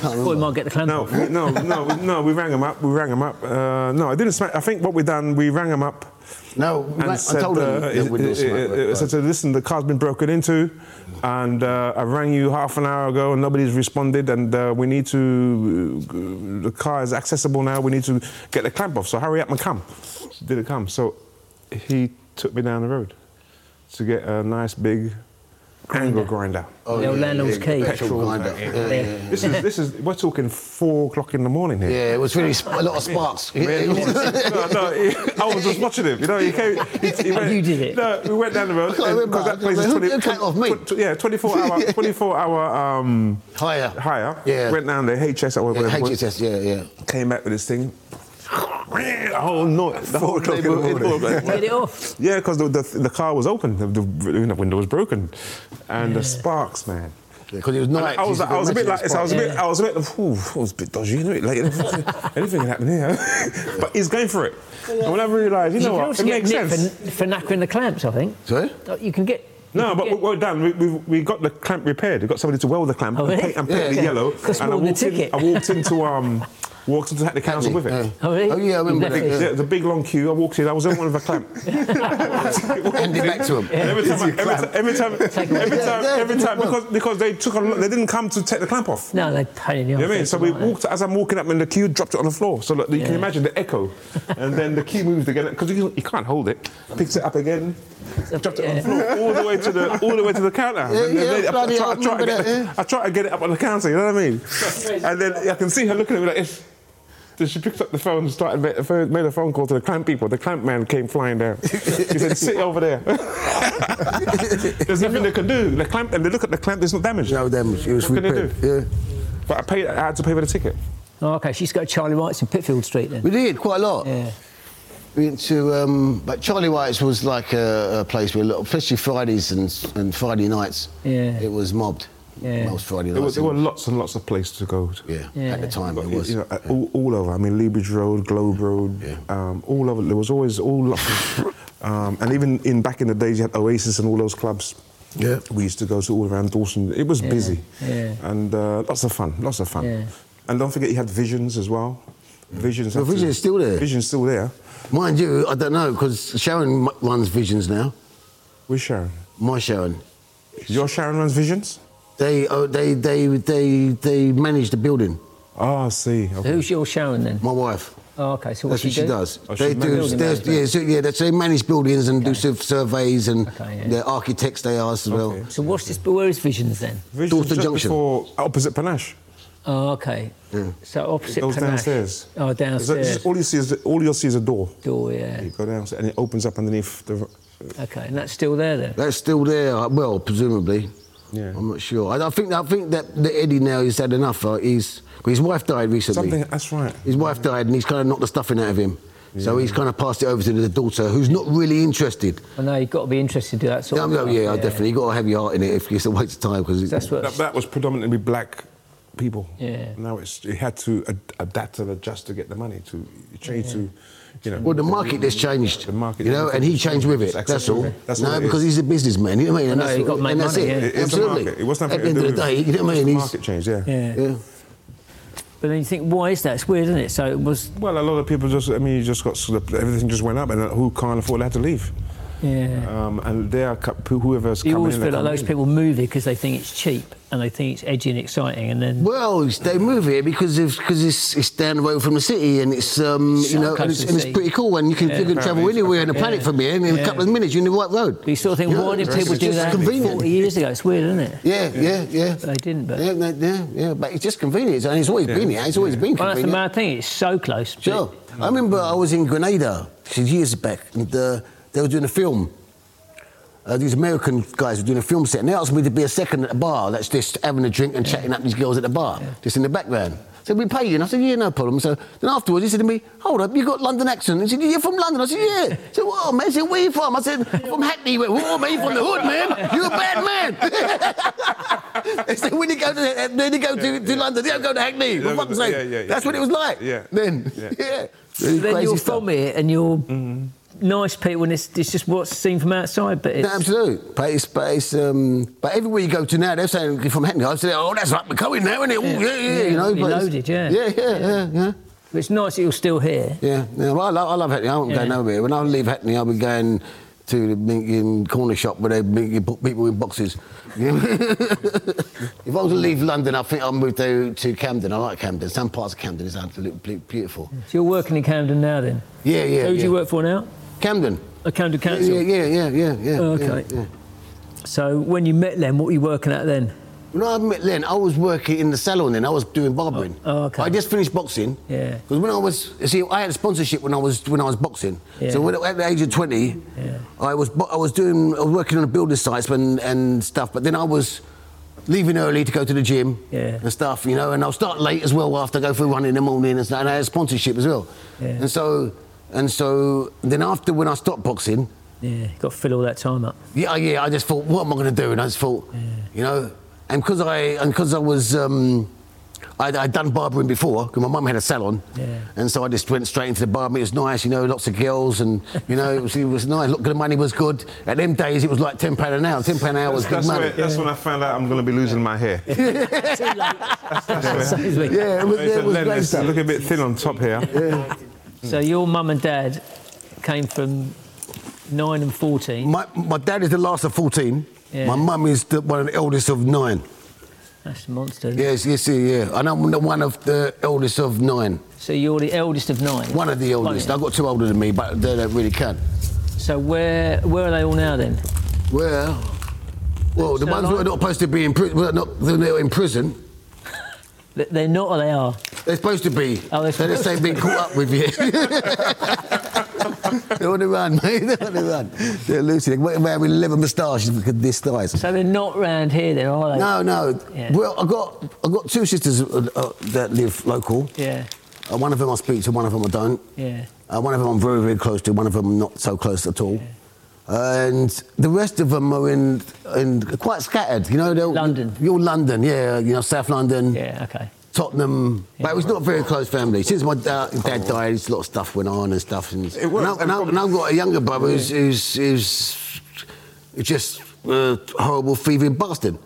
Speaker 3: Thought we might get the clamp.
Speaker 4: No,
Speaker 3: off.
Speaker 4: we- no, no, we- no. We rang him up. We rang him up. Uh, no, I didn't smack. I think what we done, we rang him up.
Speaker 5: No, we rang- I told him
Speaker 4: uh,
Speaker 5: that we didn't smack,
Speaker 4: uh,
Speaker 5: right,
Speaker 4: uh, said, "Listen, the car's been broken into, and uh, I rang you half an hour ago, and nobody's responded. And uh, we need to. Uh, the car is accessible now. We need to get the clamp off. So hurry up and come." Didn't come. So he took me down the road to get a nice big angle grinder.
Speaker 5: Oh.
Speaker 3: The old landlord's key.
Speaker 5: Petrol grinder. Yeah, yeah, yeah.
Speaker 4: This is this is. We're talking four o'clock in the morning here.
Speaker 5: Yeah, it was really sp- a lot of sparks. Yeah, it was-
Speaker 4: no, no, he- I was just watching him. You know, he came. He, he went,
Speaker 3: You did it.
Speaker 4: No, we went down the road
Speaker 5: can't remember.
Speaker 4: because that place
Speaker 5: Who-
Speaker 4: is twenty.
Speaker 5: who cut off me?
Speaker 4: tw- yeah, twenty-four hour, twenty-four hour um,
Speaker 5: Higher.
Speaker 4: higher.
Speaker 5: Yeah.
Speaker 4: went down there. HS or
Speaker 5: Yeah,
Speaker 4: whatever. it was,
Speaker 5: HHS, yeah, yeah.
Speaker 4: Came back with this thing. The whole noise. The whole
Speaker 2: o'clock in the
Speaker 4: neighborhood-
Speaker 2: morning.
Speaker 3: Get it off.
Speaker 4: Yeah, because the, the the car was open. The, the you know, window was broken, and the sparks, man.
Speaker 5: Because it was
Speaker 4: And
Speaker 5: night.
Speaker 4: I was,
Speaker 5: you
Speaker 4: I was a bit
Speaker 5: imagine
Speaker 4: like,
Speaker 5: the
Speaker 4: I was a
Speaker 5: sparks.
Speaker 4: bit, I was a bit, ooh, I was a bit dodgy, you know, like anything can happen here. but he's going for it. And when I realised, you
Speaker 3: You
Speaker 4: know
Speaker 3: can
Speaker 4: what,
Speaker 3: also
Speaker 4: it
Speaker 3: get
Speaker 4: makes
Speaker 3: nipped
Speaker 4: sense.
Speaker 3: for, for knackering the clamps, I think.
Speaker 5: Sorry?
Speaker 3: You can get. you
Speaker 4: No,
Speaker 3: can
Speaker 4: but
Speaker 3: get-
Speaker 4: well done. We, we, we got the clamp repaired. We got somebody to weld the clamp
Speaker 3: Oh,
Speaker 4: and
Speaker 3: really?
Speaker 4: paint, and paint
Speaker 5: Yeah.
Speaker 4: it yellow.
Speaker 3: That's
Speaker 4: and I
Speaker 3: more than a
Speaker 4: walked, in,
Speaker 3: ticket.
Speaker 4: I walked into um, walked into the council with it.
Speaker 5: Yeah.
Speaker 3: Oh, really?
Speaker 5: Oh, yeah, I
Speaker 3: You
Speaker 5: remember
Speaker 3: left
Speaker 5: that.
Speaker 3: it.
Speaker 5: yeah.
Speaker 4: Yeah, the big long queue. I walked in. I was in one of a clamp.
Speaker 5: Hand it back to him.
Speaker 4: Every time, I- every,
Speaker 5: clamp.
Speaker 4: time, every time,
Speaker 3: it.
Speaker 4: every
Speaker 5: Yeah,
Speaker 4: time,
Speaker 5: yeah,
Speaker 4: every time,
Speaker 5: well.
Speaker 4: because because they took a, lot- they didn't come to take the clamp off.
Speaker 3: No, they pain in the
Speaker 4: You know what I mean?
Speaker 3: arse,
Speaker 4: So we
Speaker 3: something like
Speaker 4: walked, as I'm walking up, and the queue dropped it on the floor. So like, you can
Speaker 3: Yeah.
Speaker 4: imagine the echo. And then the queue moved again, because you, you can't hold it. Picks it up again, dropped it on the floor all the way to the all the way to the counter. And then I-
Speaker 5: yeah,
Speaker 4: I,
Speaker 5: bloody
Speaker 4: try,
Speaker 5: hell,
Speaker 4: I, try to
Speaker 5: remember
Speaker 4: get,
Speaker 5: that, yeah.
Speaker 4: I try to get it up on the counter. You know what I mean? and then I can see her looking at me like this. So she picked up the phone and started made a phone, made a phone call to the clamp people. The clamp man came flying down. He said, "Sit over there." There's nothing they can do. The clamp and they look at the clamp. There's no damage.
Speaker 5: No damage. It was
Speaker 4: What can they
Speaker 5: repaired.
Speaker 4: do?
Speaker 5: Yeah.
Speaker 4: But I paid. I had to pay for the ticket.
Speaker 3: Oh, okay, she's got Charlie Wright's in Pitfield Street then.
Speaker 5: We did quite a lot.
Speaker 3: Yeah.
Speaker 5: We went to, um, but Charlie White's was like a, a place where, a lot, especially Fridays and, and Friday nights,
Speaker 3: Yeah.
Speaker 5: it was mobbed.
Speaker 3: Yeah.
Speaker 5: Most Friday
Speaker 4: There,
Speaker 5: nights.
Speaker 4: was, there were lots and lots of places to go. To.
Speaker 5: yeah,
Speaker 3: Yeah.
Speaker 5: at the time
Speaker 4: But,
Speaker 5: it was.
Speaker 4: you know, all, all over. I mean, Leabridge Road, Globe Road,
Speaker 5: Yeah.
Speaker 4: um, all over. There was always all lots of, um, and even in back in the days, you had Oasis and all those clubs.
Speaker 5: Yeah.
Speaker 4: we used to go to all around Dawson. It was busy,
Speaker 3: yeah.
Speaker 4: and uh, lots of fun, lots of fun.
Speaker 3: Yeah.
Speaker 4: And don't forget, you had Visions as well. Visions.
Speaker 5: Well,
Speaker 4: had to-
Speaker 5: Vision's still there.
Speaker 4: Vision's still there.
Speaker 5: Mind you, I don't know because Sharon m- runs Visions now.
Speaker 4: Where's Sharon?
Speaker 5: My Sharon.
Speaker 4: Your Sharon runs Visions.
Speaker 5: They, oh, they, they, they, they manage the building.
Speaker 4: Ah, I see. Okay.
Speaker 3: Who's your Sharon then?
Speaker 5: My wife.
Speaker 3: Oh, okay, so what's
Speaker 5: That's what she
Speaker 3: do?
Speaker 5: does.
Speaker 4: Oh,
Speaker 5: they
Speaker 4: she's
Speaker 5: do.
Speaker 3: managed-
Speaker 5: there's-
Speaker 3: Building
Speaker 5: Yeah, so, yeah. that's- They manage buildings and do
Speaker 3: Okay.
Speaker 5: sur- surveys and
Speaker 3: Okay, yeah.
Speaker 5: they're architects. They are as well.
Speaker 4: Okay.
Speaker 3: So what's this? Where is Visions then?
Speaker 4: Visions
Speaker 5: Dawson
Speaker 4: just
Speaker 5: Junction.
Speaker 4: before opposite Panache.
Speaker 3: Oh, okay. So opposite
Speaker 4: Goes
Speaker 3: Panache.
Speaker 4: downstairs.
Speaker 3: Oh,
Speaker 4: Is that-
Speaker 3: downstairs.
Speaker 4: all you see is all you see is a door.
Speaker 3: Door, yeah.
Speaker 4: You go down and it opens up underneath the.
Speaker 3: Okay, and that's still there then.
Speaker 5: That's still there. uh, Well, presumably.
Speaker 4: Yeah.
Speaker 5: I'm not sure. I, I think I think that, that Eddie now has had enough. Uh, he's his wife died recently.
Speaker 4: Something. That's right.
Speaker 5: His wife died, and he's kind of knocked the stuffing out of him. So he's kind of passed it over to the daughter, who's not really interested.
Speaker 3: I know you've got to be interested to do that sort
Speaker 5: Yeah,
Speaker 3: of
Speaker 5: no,
Speaker 3: stuff,
Speaker 5: yeah, definitely. You got to have your heart in it if it's a waste of time because
Speaker 3: That's what.
Speaker 4: That, that was predominantly black people.
Speaker 3: Yeah.
Speaker 4: Now it's it had to ad- adapt and adjust to get the money to change to, you know.
Speaker 5: Well, the market has changed,
Speaker 4: The market,
Speaker 5: you know, and he changed with
Speaker 4: It's
Speaker 5: it. That's all.
Speaker 4: acceptable. That's
Speaker 5: no,
Speaker 4: all it
Speaker 5: because
Speaker 4: is.
Speaker 5: he's a businessman. You know what I mean? And
Speaker 3: I know,
Speaker 5: that's,
Speaker 3: he got
Speaker 5: and
Speaker 3: made
Speaker 5: that's
Speaker 3: money,
Speaker 5: it.
Speaker 3: yeah.
Speaker 4: It is the
Speaker 5: Absolutely.
Speaker 4: market. It was nothing to
Speaker 5: At the end
Speaker 4: do
Speaker 5: of the
Speaker 4: with
Speaker 5: day, you know what I mean?
Speaker 4: the
Speaker 5: He's,
Speaker 4: market change. Yeah.
Speaker 3: yeah.
Speaker 5: yeah.
Speaker 3: But then you think, why is that? It's weird, isn't it? So it was.
Speaker 4: Well, a lot of people just. I mean, you just got sort of, everything just went up, and uh, who can't afford they had to leave.
Speaker 3: Yeah.
Speaker 4: Um, and they are cu- whoever's
Speaker 3: you
Speaker 4: coming
Speaker 3: always
Speaker 4: in.
Speaker 3: feel
Speaker 4: they're
Speaker 3: like
Speaker 4: coming
Speaker 3: those
Speaker 4: in.
Speaker 3: people move here because they think it's cheap and they think it's edgy and exciting, and then
Speaker 5: Well, it's- they move here because of, cause it's, it's down the road from the city and it's um, you
Speaker 3: So
Speaker 5: know
Speaker 3: close
Speaker 5: and it's,
Speaker 3: to
Speaker 5: and it's
Speaker 3: sea.
Speaker 5: pretty cool and you can you can travel
Speaker 4: Apparently,
Speaker 5: anywhere on the planet
Speaker 3: yeah.
Speaker 5: from here and in
Speaker 3: Yeah.
Speaker 5: a couple of minutes you're in the right road.
Speaker 3: you sort of think,
Speaker 5: Yeah,
Speaker 3: why did
Speaker 5: it's
Speaker 3: people
Speaker 5: just
Speaker 3: do that
Speaker 5: convenient.
Speaker 3: 40 years ago? It's weird, isn't it?
Speaker 5: Yeah, yeah, yeah.
Speaker 3: They didn't, but-
Speaker 5: yeah, no, yeah, yeah. But it's just convenient, and it's always been here. It's always been
Speaker 3: Well, that's the
Speaker 5: convenient.
Speaker 3: mad thing. It's so close. but
Speaker 5: Sure. I remember I was in Grenada years back, and uh, they were doing a film. Uh, these American guys were doing a film set, and they asked me to be a second at a bar. That's just having a drink and chatting up these girls at the bar, just in the background. So we pay you, and I said, yeah, no problem. So then afterwards, he said to me, hold up, you got London accent. He said, you're from London. I said, yeah. He said, well, man, he said, where you from? I said, from Hackney. He went, whoa, man, you from the hood, man. You a bad man. they said, when you go to, when you go to, to London, you don't go to Hackney. For
Speaker 4: don't go
Speaker 5: fuck's
Speaker 4: to-
Speaker 5: sake.
Speaker 4: yeah, yeah, yeah.
Speaker 5: That's what it was like.
Speaker 4: Yeah.
Speaker 5: Then,
Speaker 4: Yeah.
Speaker 5: yeah.
Speaker 3: Then
Speaker 5: Crazy
Speaker 3: you're
Speaker 5: stuff.
Speaker 3: from here and you're nice people, and it's, it's just what's seen from outside, but it's.
Speaker 5: No, absolutely. But it's, but it's, um, but everywhere you go to now, they're saying you're from Hackney. I said, oh, that's right, we're coming now, isn't it? Oh, yeah, yeah,
Speaker 3: Yeah,
Speaker 5: you know.
Speaker 3: it'll be
Speaker 5: but it's-
Speaker 3: loaded, yeah.
Speaker 5: Yeah, yeah, yeah, yeah.
Speaker 3: But it's nice that you're still here.
Speaker 5: Yeah, yeah. Well, I love, I love Hackney. I won't go
Speaker 3: Yeah.
Speaker 5: nowhere. When I leave Hackney, I'll be going to the blinking corner shop where they blinking put people in boxes. if I was to leave London, I think I'll move to, to Camden. I like Camden. Some parts of Camden is absolutely beautiful.
Speaker 3: So you're working in Camden now then?
Speaker 5: Yeah, yeah.
Speaker 3: Who do
Speaker 5: yeah.
Speaker 3: Hmm. you work for now?
Speaker 5: Camden.
Speaker 3: A Camden
Speaker 5: Yeah,
Speaker 3: Council.
Speaker 5: yeah, yeah, yeah, yeah, yeah.
Speaker 3: Oh, okay.
Speaker 5: yeah.
Speaker 3: So when you met Len, what were you working at then?
Speaker 5: When I met Len, I was working in the salon then. I was doing barbering.
Speaker 3: Oh, okay.
Speaker 5: I just finished boxing.
Speaker 3: Yeah.
Speaker 5: Because when I was, you see, I had sponsorship when I was when I was boxing.
Speaker 3: Yeah.
Speaker 5: So when, at the age of 20,
Speaker 3: Yeah.
Speaker 5: I was bo- I was doing I was working on the building sites and, and stuff. But then I was leaving early to go to the gym
Speaker 3: Yeah.
Speaker 5: and stuff, you know. And I'll start late as well after I go through running in the morning and stuff. And I had sponsorship as well.
Speaker 3: Yeah.
Speaker 5: And so and so then after when I stopped boxing,
Speaker 3: Yeah, you got to fill all that time up.
Speaker 5: yeah, yeah. I just thought, what am I going to do? And I just thought, you know, and because I and 'cause I was, um, I'd, I'd done barbering before because my mum had a salon,
Speaker 3: Yeah.
Speaker 5: and so I just went straight into the barbering. It was nice, you know, lots of girls, and you know, it was, it was nice. Look, the money was good. At them days, it was like ten pound an hour. Ten pound an hour was good
Speaker 4: That's,
Speaker 5: money.
Speaker 4: where, that's when I found out I'm going to be losing my hair.
Speaker 3: Too late. So is we.
Speaker 5: Yeah, it was, yeah, it was
Speaker 4: Len,
Speaker 5: great
Speaker 4: it's
Speaker 5: stuff.
Speaker 4: looking a bit thin on top here.
Speaker 3: So your mum and dad came from 9 and 14.
Speaker 5: My, my dad is the last of fourteen.
Speaker 3: Yeah.
Speaker 5: My mum is the, one of the eldest of nine.
Speaker 3: That's a monster. isn't it?
Speaker 5: Yes, yes, yeah, yeah. And I'm the one of the eldest of nine.
Speaker 3: So you're the eldest of nine.
Speaker 5: One of the oldest.
Speaker 3: yeah.
Speaker 5: I've got two older than me, but they don't really count.
Speaker 3: So where where are they all now then?
Speaker 5: Well, well, the
Speaker 3: So
Speaker 5: ones who are
Speaker 3: like-
Speaker 5: not supposed to be in prison, well, not they're not in prison.
Speaker 3: They- They're not or they are?
Speaker 5: They're supposed to be.
Speaker 3: Oh, they're supposed
Speaker 5: they've been caught up with you. they want to run, mate. They want to run. They're Lucy. What about with liver moustaches this size?
Speaker 3: So they're not round here then, are they?
Speaker 5: No, no.
Speaker 3: Yeah.
Speaker 5: Well, I got I got two sisters uh, uh, that live local.
Speaker 3: Yeah,
Speaker 5: Uh, one of them I speak to, one of them I don't.
Speaker 3: yeah.
Speaker 5: Uh, one of them I'm very, very close to, one of them I'm not so close at all. And the rest of them are in, in quite scattered, you know. they're all-
Speaker 3: London.
Speaker 5: You're London, yeah, you know, South London,
Speaker 3: Yeah, okay.
Speaker 5: Tottenham. but it was not a very close family. Since my da- dad died, a lot of stuff went on and stuff. And,
Speaker 4: It was,
Speaker 5: and, I,
Speaker 4: and
Speaker 5: and, I,
Speaker 4: probably-
Speaker 5: and I've got a younger brother who's, who's, who's just a horrible, thieving bastard.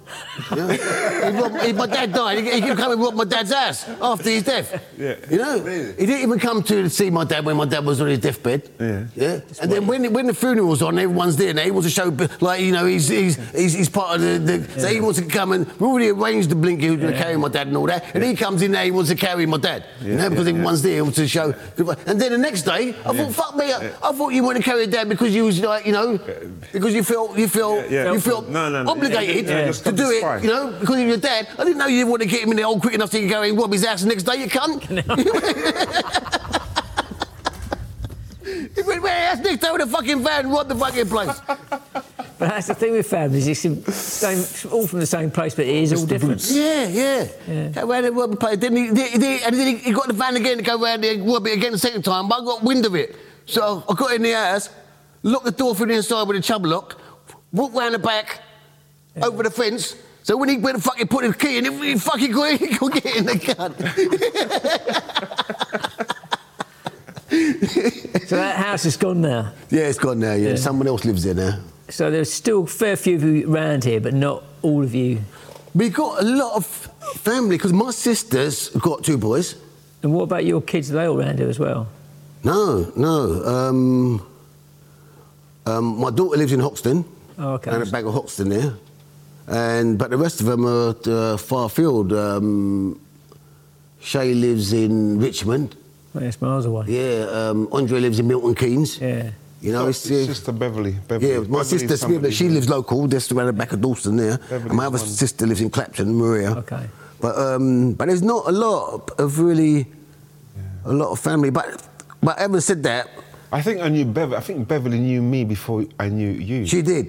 Speaker 5: You know? He robbed- he- my dad died, he, he could come and rob my dad's ass after his death.
Speaker 4: Yeah.
Speaker 5: You know?
Speaker 4: Really?
Speaker 5: He didn't even come to see my dad when my dad was on his deathbed.
Speaker 4: Yeah.
Speaker 5: Yeah. And then when, when the funeral's on, everyone's there. and He wants to show, like, you know, he's, he's, he's, he's part of the. the So he wants to come and. We already arranged the blinky who's going to carry my dad and all that. And he comes in there, he wants to carry my dad. you
Speaker 4: Yeah,
Speaker 5: know, because
Speaker 4: yeah,
Speaker 5: everyone's there, he wants to show. goodbye. And then the next day, I
Speaker 4: Yeah.
Speaker 5: thought, fuck me, I,
Speaker 4: Yeah.
Speaker 5: I thought you wanted to carry your dad because you was like, you know, because you felt you felt
Speaker 4: Yeah, yeah.
Speaker 5: you felt
Speaker 4: No, no, no.
Speaker 5: obligated
Speaker 4: Yeah, yeah, yeah.
Speaker 5: to do
Speaker 4: It's
Speaker 5: it,
Speaker 4: fine.
Speaker 5: you know, because of your dad. I didn't know you want to get him in there all quick enough so you can go and rob his house the next day, you cunt. He went, "Man, that's Nick Taylor the fucking van, what the fucking place?
Speaker 3: But that's the thing with families, it's the same, all from the same place, but it is all different.
Speaker 5: yeah, yeah.
Speaker 3: Yeah.
Speaker 5: Go round and rob the place. Then he, he- he- and then he, he got the van again to go round there and rob it again the second time, but I got wind of it. So I got in the house, locked the door from the inside with a chub lock, walked round the back, over the fence. So when he went and fucking put his key in, he he fucking got, in- he got get in the gun.
Speaker 3: So that house is gone now.
Speaker 5: yeah, it's gone now, yeah. Someone else lives there now.
Speaker 3: So there's still a fair few of you around here, but not all of you.
Speaker 5: We got a lot of family, because my sister's got two boys.
Speaker 3: And what about your kids? Are they all around here as well?
Speaker 5: No, no. Um, um, my daughter lives in Hoxton,
Speaker 3: Oh, okay.
Speaker 5: and a back of Hoxton there, and but the rest of them are at, uh, far field. Um, Shay lives in Richmond.
Speaker 3: Well, it's miles away.
Speaker 5: Yeah, um, Andre lives in Milton Keynes.
Speaker 3: Yeah.
Speaker 5: You know, it's, uh,
Speaker 4: sister Beverly. Beverly.
Speaker 5: yeah. My
Speaker 4: Beverly's
Speaker 5: sister Smith,
Speaker 4: somebody
Speaker 5: she
Speaker 4: who-
Speaker 5: lives local, just around the back of Dawson there. And my other
Speaker 4: Beverly's one.
Speaker 5: sister lives in Clapton, Maria.
Speaker 3: Okay.
Speaker 5: But um, but there's not a lot of really a lot of family. But but having said that,
Speaker 4: I think I knew Beverly. I think Beverly knew me before I knew you.
Speaker 5: She did.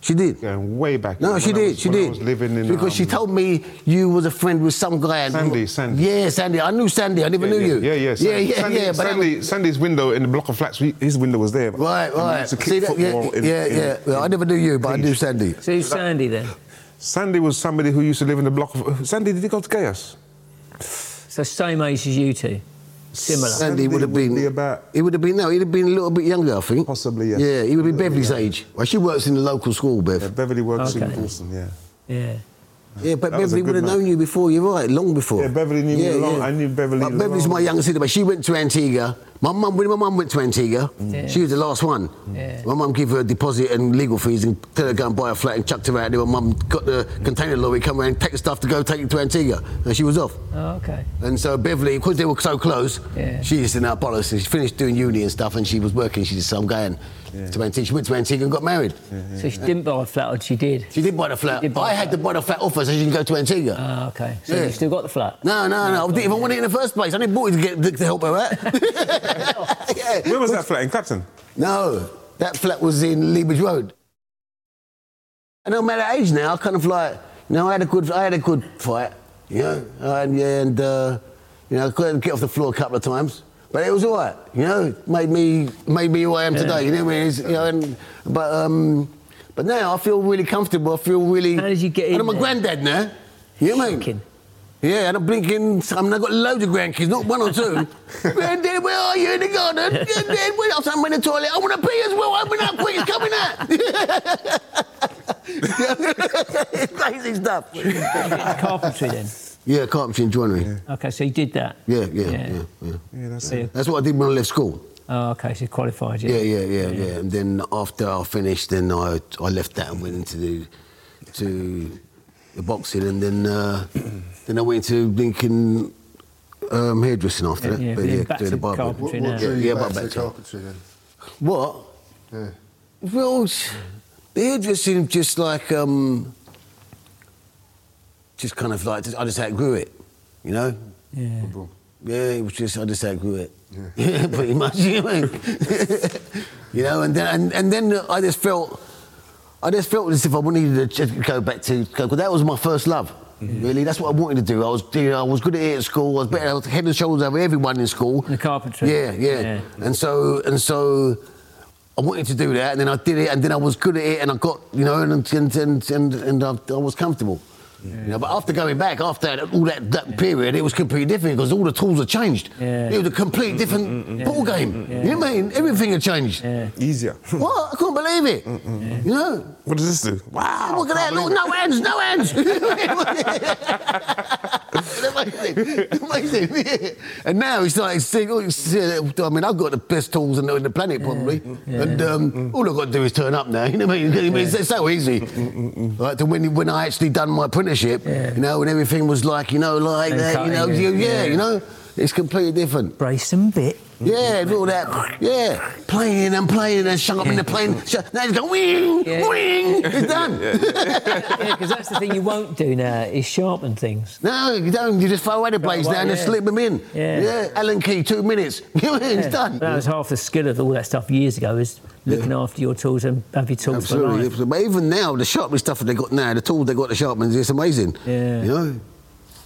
Speaker 5: She did.
Speaker 4: Going way back.
Speaker 5: No,
Speaker 4: when
Speaker 5: she
Speaker 4: I
Speaker 5: did.
Speaker 4: was-
Speaker 5: she
Speaker 4: when
Speaker 5: did.
Speaker 4: I was living in.
Speaker 5: because she
Speaker 4: um,
Speaker 5: told me you was a friend with some guy. and-
Speaker 4: Sandy, Sandy.
Speaker 5: Yeah, Sandy. I knew Sandy. I never knew
Speaker 4: yeah,
Speaker 5: you.
Speaker 4: Yeah, yeah.
Speaker 5: yeah, yeah,
Speaker 4: Sandy,
Speaker 5: yeah. But
Speaker 4: Sandy, Sandy's window in the block of flats, we, his window was there.
Speaker 5: right,
Speaker 4: And we
Speaker 5: right.
Speaker 4: used to kick
Speaker 5: See that? Yeah,
Speaker 4: football in-
Speaker 5: yeah,
Speaker 4: in-
Speaker 5: yeah. Well, I
Speaker 4: in-
Speaker 5: never knew you, but I knew
Speaker 4: Leeds.
Speaker 5: Sandy.
Speaker 3: So who's Sandy then?
Speaker 4: Sandy was somebody who used to live in the block of. Sandy, did he go to Gaius?
Speaker 3: So same age as you two. Similar.
Speaker 5: Sandy would have
Speaker 4: would
Speaker 5: been.
Speaker 4: be about-
Speaker 5: He would have been. No, he'd have been a little bit younger, I think.
Speaker 4: Possibly, yes.
Speaker 5: Yeah, he would be Beverly's age. Well, she works in the local school, Bev.
Speaker 4: Yeah, Beverly works in
Speaker 3: Okay.
Speaker 4: Boston, yeah.
Speaker 3: Yeah.
Speaker 5: Yeah, but
Speaker 4: That was a
Speaker 5: Beverly would
Speaker 4: good
Speaker 5: have
Speaker 4: man.
Speaker 5: known you before. You're right, long before.
Speaker 4: Yeah, Beverly knew me long- I knew Beverly
Speaker 5: But Beverly's
Speaker 4: long.
Speaker 5: my younger sister, but she went to Antigua. My mum, when my mum went to Antigua,
Speaker 3: Mm. Yeah.
Speaker 5: she was the last one.
Speaker 3: Yeah.
Speaker 5: My mum gave her a deposit and legal fees and tell her to go and buy a flat and chucked her out there. My mum got the container lorry, come around, packed the stuff to go take it to Antigua, and she was off.
Speaker 3: Oh, okay.
Speaker 5: And so Beverly, because they were so close,
Speaker 3: Yeah.
Speaker 5: she used to now bollocks. and She finished doing uni and stuff, and she was working. She just said, "I'm going to Antigua." She went to Antigua and got married.
Speaker 3: So she didn't buy a flat, or she did?
Speaker 5: She did buy the flat.
Speaker 3: did buy
Speaker 5: I
Speaker 3: the
Speaker 5: had
Speaker 3: flat.
Speaker 5: to buy the flat off her so she can go to Antigua.
Speaker 3: Oh, okay. So
Speaker 5: Yeah.
Speaker 3: you still got the flat?
Speaker 5: No, no, no. I didn't even want it in the first place. I didn't bought it to, get, to help her out. yeah.
Speaker 4: Where was that flat in Clapton?
Speaker 5: No, that flat was in Leebridge Road. And I'm at that age now. I kind of like, you know, I had a good, I had a good fight, you know, and yeah, and uh, you know, I couldn't get off the floor a couple of times, but it was all right, you know, made me, made me who I am today. You know, what I mean? It's, you know, and but um, but now I feel really comfortable. I feel really.
Speaker 3: How did you get in
Speaker 5: And I'm a
Speaker 3: there?
Speaker 5: granddad now. You know what I mean?
Speaker 3: Shocking.
Speaker 5: Yeah, and I'm blinking. I mean, I've got loads of grandkids, not one or two. granddad, where are you in the garden? Granddad, where else? I'm in the toilet. I want to pee as well. Open up, quick, it's coming out. it's crazy stuff.
Speaker 3: It's carpentry then.
Speaker 5: Yeah, carpentry and joinery.
Speaker 3: Okay, so you did that.
Speaker 5: Yeah, yeah, yeah, yeah.
Speaker 4: Yeah, that's
Speaker 3: So
Speaker 4: it.
Speaker 3: you-
Speaker 5: That's what I did when I left school.
Speaker 3: oh, okay, so you qualified.
Speaker 5: Yeah, yeah, yeah, yeah. And then after I finished, then I, I left that and went into the, to the boxing, and then uh, then I went into blinking um, hairdressing after
Speaker 3: Yeah,
Speaker 5: that.
Speaker 3: yeah,
Speaker 5: But
Speaker 3: then
Speaker 5: yeah,
Speaker 3: back
Speaker 5: doing
Speaker 3: to
Speaker 5: the barber.
Speaker 2: What,
Speaker 3: carpentry
Speaker 5: Yeah,
Speaker 2: what
Speaker 3: now.
Speaker 2: drew you
Speaker 5: yeah,
Speaker 2: back
Speaker 5: but
Speaker 2: to
Speaker 5: back to-
Speaker 2: carpentry then?
Speaker 5: What? Well, the hairdressing just like um, just kind of like I just outgrew it, you know.
Speaker 3: Yeah.
Speaker 5: Yeah, it was just I just outgrew it. Yeah, pretty much. You know, what I mean? You know, and then and, and then I just felt I just felt as if I wanted to just go back to because that was my first love.
Speaker 3: Mm-hmm.
Speaker 5: Really, that's what I wanted to do. I was, you know, I was good at it at school. I was better, I was head and shoulders over everyone in school.
Speaker 3: The carpentry.
Speaker 5: Yeah, yeah,
Speaker 3: Yeah.
Speaker 5: And so and so, I wanted to do that, and then I did it, and then I was good at it, and I got, you know, and and and and, and I, I was comfortable. You know, but after going back, after that, all that, that period, it was completely different because all the tools had changed.
Speaker 3: Yeah.
Speaker 5: It was a complete different ball game. You know what I mean? Everything had changed.
Speaker 4: Easier.
Speaker 5: What? I couldn't believe it. You know?
Speaker 4: What does this do? Wow.
Speaker 5: Look at that!
Speaker 4: can't
Speaker 5: Look,
Speaker 4: believe
Speaker 5: no hands, no hands. amazing, amazing. yeah. And now it's like, see, all you see, I mean, I've got the best tools on the, on the planet probably, and um, all I've got to do is turn up now. You know what I mean? It's, it's so easy. Like to when when I actually done my apprenticeship,
Speaker 3: Yeah.
Speaker 5: you know, and everything was like, you know, like
Speaker 3: And
Speaker 5: that, you know,
Speaker 3: cutting
Speaker 5: yeah,
Speaker 3: it,
Speaker 5: yeah, Mm,
Speaker 3: yeah.
Speaker 5: you know, it's completely different.
Speaker 3: Brace and bit.
Speaker 5: Yeah, and all that. Yeah, playing and playing and shut up in the plane. Shut, now it's going wing,
Speaker 3: Yeah.
Speaker 5: wing. It's done.
Speaker 3: Yeah, because that's the thing you won't do now is sharpen things.
Speaker 5: No, you don't. You just throw away the blades
Speaker 3: away,
Speaker 5: now and
Speaker 3: yeah.
Speaker 5: just slip them in.
Speaker 3: Yeah.
Speaker 5: Allen key, two minutes. You know, it's done.
Speaker 3: That was half the skill of all that stuff years ago is looking after your tools and have your tools for life.
Speaker 5: Absolutely. But even now, the sharpening stuff that they got now, the tool they got to sharpen is just amazing.
Speaker 3: Yeah.
Speaker 5: You know,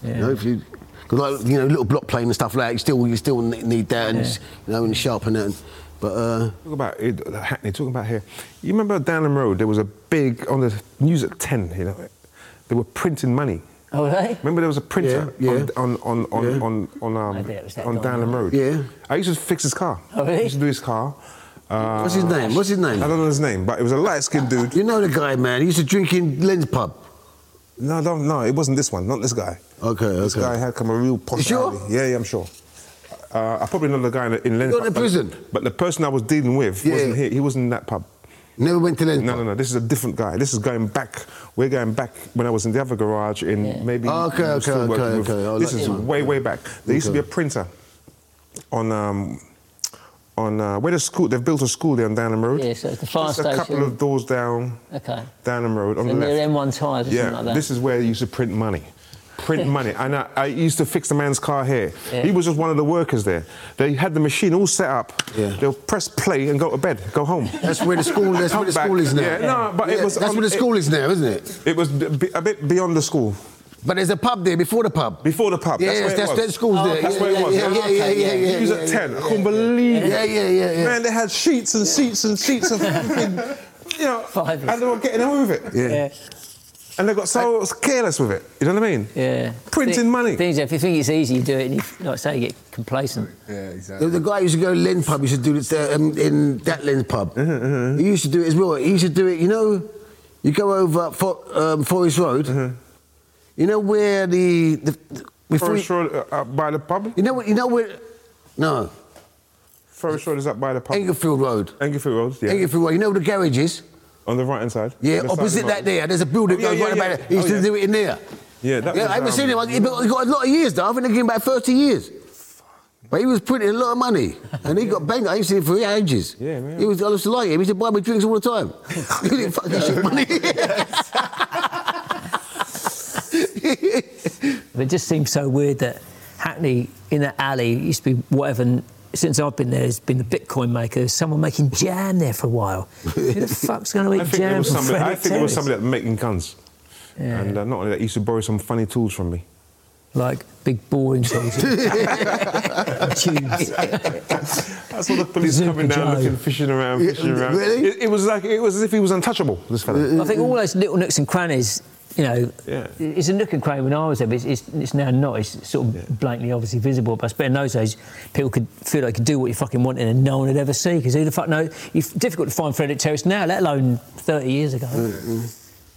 Speaker 5: you know, if you, cause like, you know, little block plane and stuff like that, you still, you still need that and,
Speaker 3: Yeah.
Speaker 5: s- you know, and sharpen it. And, but, uh,
Speaker 4: Talk about it, Hackney. Talking about here. You remember down the road there was a big on the news at ten. You know, they were printing money.
Speaker 3: Oh, were they?
Speaker 4: Remember there was a printer
Speaker 5: Yeah, yeah.
Speaker 4: on on on on
Speaker 5: Yeah.
Speaker 4: on on,
Speaker 3: I
Speaker 4: um,
Speaker 3: bet it was that
Speaker 4: on
Speaker 3: guy.
Speaker 4: Downham Road.
Speaker 5: Yeah.
Speaker 4: I used to fix his car.
Speaker 3: Oh, really?
Speaker 4: I used to do his car. Uh,
Speaker 5: What's his name? What's his name?
Speaker 4: I don't know his name, but it was a light-skinned dude.
Speaker 5: you know the guy, man, he used to drink in Len's pub.
Speaker 4: No, no, no, it wasn't this one, not this guy.
Speaker 5: Okay,
Speaker 4: This
Speaker 5: okay.
Speaker 4: guy had come a real posh.
Speaker 5: You sure?
Speaker 4: alley. Yeah, yeah, I'm sure. Uh, I probably know the guy in, in Len's
Speaker 5: You're in
Speaker 4: pub, but-
Speaker 5: prison?
Speaker 4: But the person I was dealing with
Speaker 5: Yeah.
Speaker 4: wasn't here. He wasn't in that pub.
Speaker 5: Never went to Len's
Speaker 4: No,
Speaker 5: pub.
Speaker 4: no, no. This is a different guy. This is going back. We're going back when I was in the other garage in maybe.
Speaker 5: Ah, Okay,
Speaker 4: I was still
Speaker 5: okay,
Speaker 4: working
Speaker 5: okay,
Speaker 4: with-
Speaker 5: okay. I
Speaker 4: This
Speaker 5: like
Speaker 4: is
Speaker 5: that one.
Speaker 4: way, way back. There used to be a
Speaker 5: Okay.
Speaker 4: printer on. Um, on uh, where the school, they've built a school there on Downham Road.
Speaker 3: Yeah, so it's the fire
Speaker 4: Just A couple
Speaker 3: station.
Speaker 4: of doors down,
Speaker 3: Okay.
Speaker 4: Downham Road on
Speaker 3: So
Speaker 4: the left.
Speaker 3: near M1 tyres or
Speaker 4: Yeah,
Speaker 3: something like that.
Speaker 4: this is where you used to print money. Print money. And I, I used to fix the man's car here.
Speaker 3: Yeah.
Speaker 4: He was just one of the workers there. They had the machine all set up.
Speaker 5: Yeah.
Speaker 4: They'll press play and go to bed, go home.
Speaker 5: That's where the school, that's where
Speaker 4: Come
Speaker 5: the
Speaker 4: back.
Speaker 5: school is now.
Speaker 4: Yeah, no, but it was
Speaker 5: That's
Speaker 4: on-
Speaker 5: where the
Speaker 4: it-
Speaker 5: school is now, isn't it?
Speaker 4: It was b- b- a bit beyond the school,
Speaker 5: But there's a pub there before the pub.
Speaker 4: before the pub.
Speaker 5: Yeah,
Speaker 4: that's where
Speaker 5: that's,
Speaker 4: it
Speaker 5: that's
Speaker 4: was. Oh,
Speaker 5: schools there.
Speaker 4: That's
Speaker 5: Oh, yeah,
Speaker 4: where it was.
Speaker 5: Yeah, yeah, yeah, yeah, yeah.
Speaker 4: he was
Speaker 5: yeah,
Speaker 4: at
Speaker 5: yeah,
Speaker 4: 10.
Speaker 5: yeah.
Speaker 4: I couldn't believe it.
Speaker 5: Yeah, yeah, yeah, yeah.
Speaker 4: Man, they had sheets and seats and seats and fucking, you know,
Speaker 3: Five years.
Speaker 4: and they were getting on with it.
Speaker 3: yeah.
Speaker 4: And they got so careless with it. You know what I mean?
Speaker 3: Yeah.
Speaker 4: Printing
Speaker 3: Thing-
Speaker 4: money.
Speaker 3: Things, if you think it's easy, you do it, and you, like I say, you get complacent.
Speaker 5: There was a guy who used to go to Lens Pub. He used to do it there, um, in that Lens Pub.
Speaker 4: Uh-huh,
Speaker 5: He used to do it as well. He used to do it. You know, you go over for, um, Forest Road.
Speaker 4: Uh-huh.
Speaker 5: You know where the, the, the before
Speaker 4: Forest
Speaker 5: you,
Speaker 4: Road uh, uh, by the pub.
Speaker 5: you know what- you know where no
Speaker 4: Forest Road is up by the pub.
Speaker 5: Englefield Road.
Speaker 4: Englefield Road, yeah.
Speaker 5: Englefield Road. You know where the garage is.
Speaker 4: On the right hand side? The
Speaker 5: Yeah,
Speaker 4: side
Speaker 5: opposite
Speaker 4: of
Speaker 5: that
Speaker 4: the-
Speaker 5: there. There's a building
Speaker 4: Oh, yeah,
Speaker 5: goes right
Speaker 4: yeah,
Speaker 5: about
Speaker 4: yeah.
Speaker 5: there. He used
Speaker 4: Oh,
Speaker 5: to
Speaker 4: yeah.
Speaker 5: do it in there.
Speaker 4: Yeah, that
Speaker 5: yeah,
Speaker 4: was,
Speaker 5: I haven't
Speaker 4: um,
Speaker 5: seen him. He's been- he's got a lot of years though. I think they give him about 30 years. But he was printing a lot of money, and he got banged. I ain't seen him for ages.
Speaker 4: Yeah, man.
Speaker 5: He was, I used to like him. He used to buy me drinks all the time. he didn't fucking shit money.
Speaker 3: But it just seems so weird that Hackney in that alley it used to be whatever. And since I've been there, there's been the Bitcoin maker. There's someone making jam there for a while. Who the fuck's going to
Speaker 4: I
Speaker 3: eat
Speaker 4: think, there
Speaker 3: jam
Speaker 4: was
Speaker 3: from
Speaker 4: somebody, I
Speaker 3: Frederick
Speaker 4: think there
Speaker 3: Terrace?
Speaker 4: was somebody that was making guns.
Speaker 3: Yeah.
Speaker 4: And uh, not only that, he used to borrow some funny tools from me.
Speaker 3: Like big boring tools. Tubes.
Speaker 4: I saw the police
Speaker 3: Bazooka
Speaker 4: coming down,
Speaker 3: Joe.
Speaker 4: looking, fishing around, fishing around.
Speaker 5: really?
Speaker 4: It, it was like it was as if he was untouchable. This fella.
Speaker 3: I think all those little nooks and crannies, you know,
Speaker 4: Yeah.
Speaker 3: it's a nook and cranny when I was there, but it's, it's, it's now not. It's sort of blatantly, obviously visible. But I suppose in those days, people could feel they could do what you fucking wanted and no one would ever see because who the fuck knows? It's difficult to find Frederick Terrace now, let alone 30 years ago.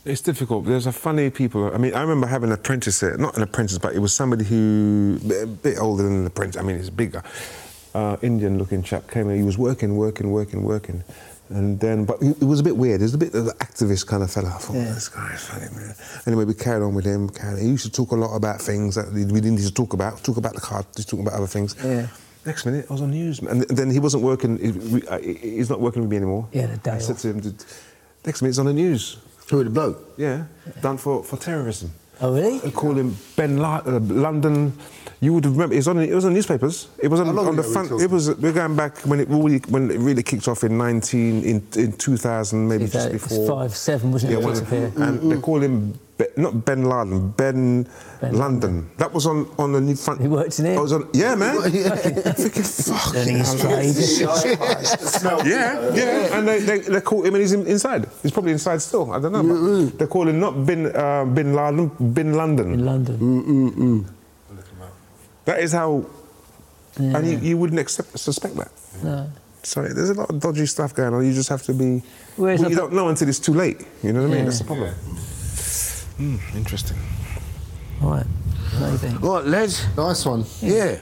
Speaker 4: It's difficult. There's a funny people. I mean, I remember having an apprentice there. Not an apprentice, but it was somebody who a bit older than an apprentice. I mean, he's bigger. Uh, Indian-looking chap came in. He was working, working, working, working, and then but he- it was a bit weird. It was a bit of an activist kind of fella. I thought "Oh,
Speaker 3: Yeah.
Speaker 4: this guy is funny man. Anyway, we carried on with him. Carried on. He used to talk a lot about things that we didn't need to talk about. Talk about the car. Just talk about other things.
Speaker 3: Yeah.
Speaker 4: Next minute, I was on news, and then he wasn't working. he- we- I- He's not working with me anymore.
Speaker 3: Yeah, the day
Speaker 4: I said
Speaker 3: off.
Speaker 4: to him, "Did- "Next minute, it's on the news.
Speaker 5: Who the bloke?
Speaker 4: Yeah, done for, for terrorism."
Speaker 3: Oh, really?
Speaker 4: They call him Ben La- uh, London. You would remember. It was on. It was on newspapers. It was on,
Speaker 2: How long
Speaker 4: on the
Speaker 2: ago we
Speaker 4: front.
Speaker 2: talking?
Speaker 4: It was. We're going back when it really when it really kicked off in 19 in, in 2000, maybe
Speaker 3: If
Speaker 4: just
Speaker 3: that- it's
Speaker 4: before
Speaker 3: five, seven, wasn't it,
Speaker 4: Yeah,
Speaker 3: to
Speaker 4: one-
Speaker 3: disappear?
Speaker 2: Mm-hmm.
Speaker 4: and they call him Be- not Ben Laden, Ben,
Speaker 3: Ben
Speaker 4: London. That was on on the new front.
Speaker 3: He worked in it.
Speaker 4: I was on. Yeah, man.
Speaker 5: Fucking-
Speaker 3: Learning his trade.
Speaker 4: Yeah, yeah, and they, they, they call him, and he's in, inside. He's probably inside still. I don't know. But they call him not Bin uh, Bin Laden, Bin London.
Speaker 3: in London.
Speaker 4: Mm. That is how, and you, you wouldn't accept, suspect that.
Speaker 3: No.
Speaker 4: So there's a lot of dodgy stuff going on. You just have to be.
Speaker 3: Whereas
Speaker 4: well,
Speaker 3: I
Speaker 4: you
Speaker 3: thought-
Speaker 4: don't know until it's too late. You know what I mean?
Speaker 3: Yeah.
Speaker 4: That's the problem. Hmm, interesting.
Speaker 3: Right. Maybe.
Speaker 5: All right, Les.
Speaker 2: Nice one.
Speaker 5: Yeah.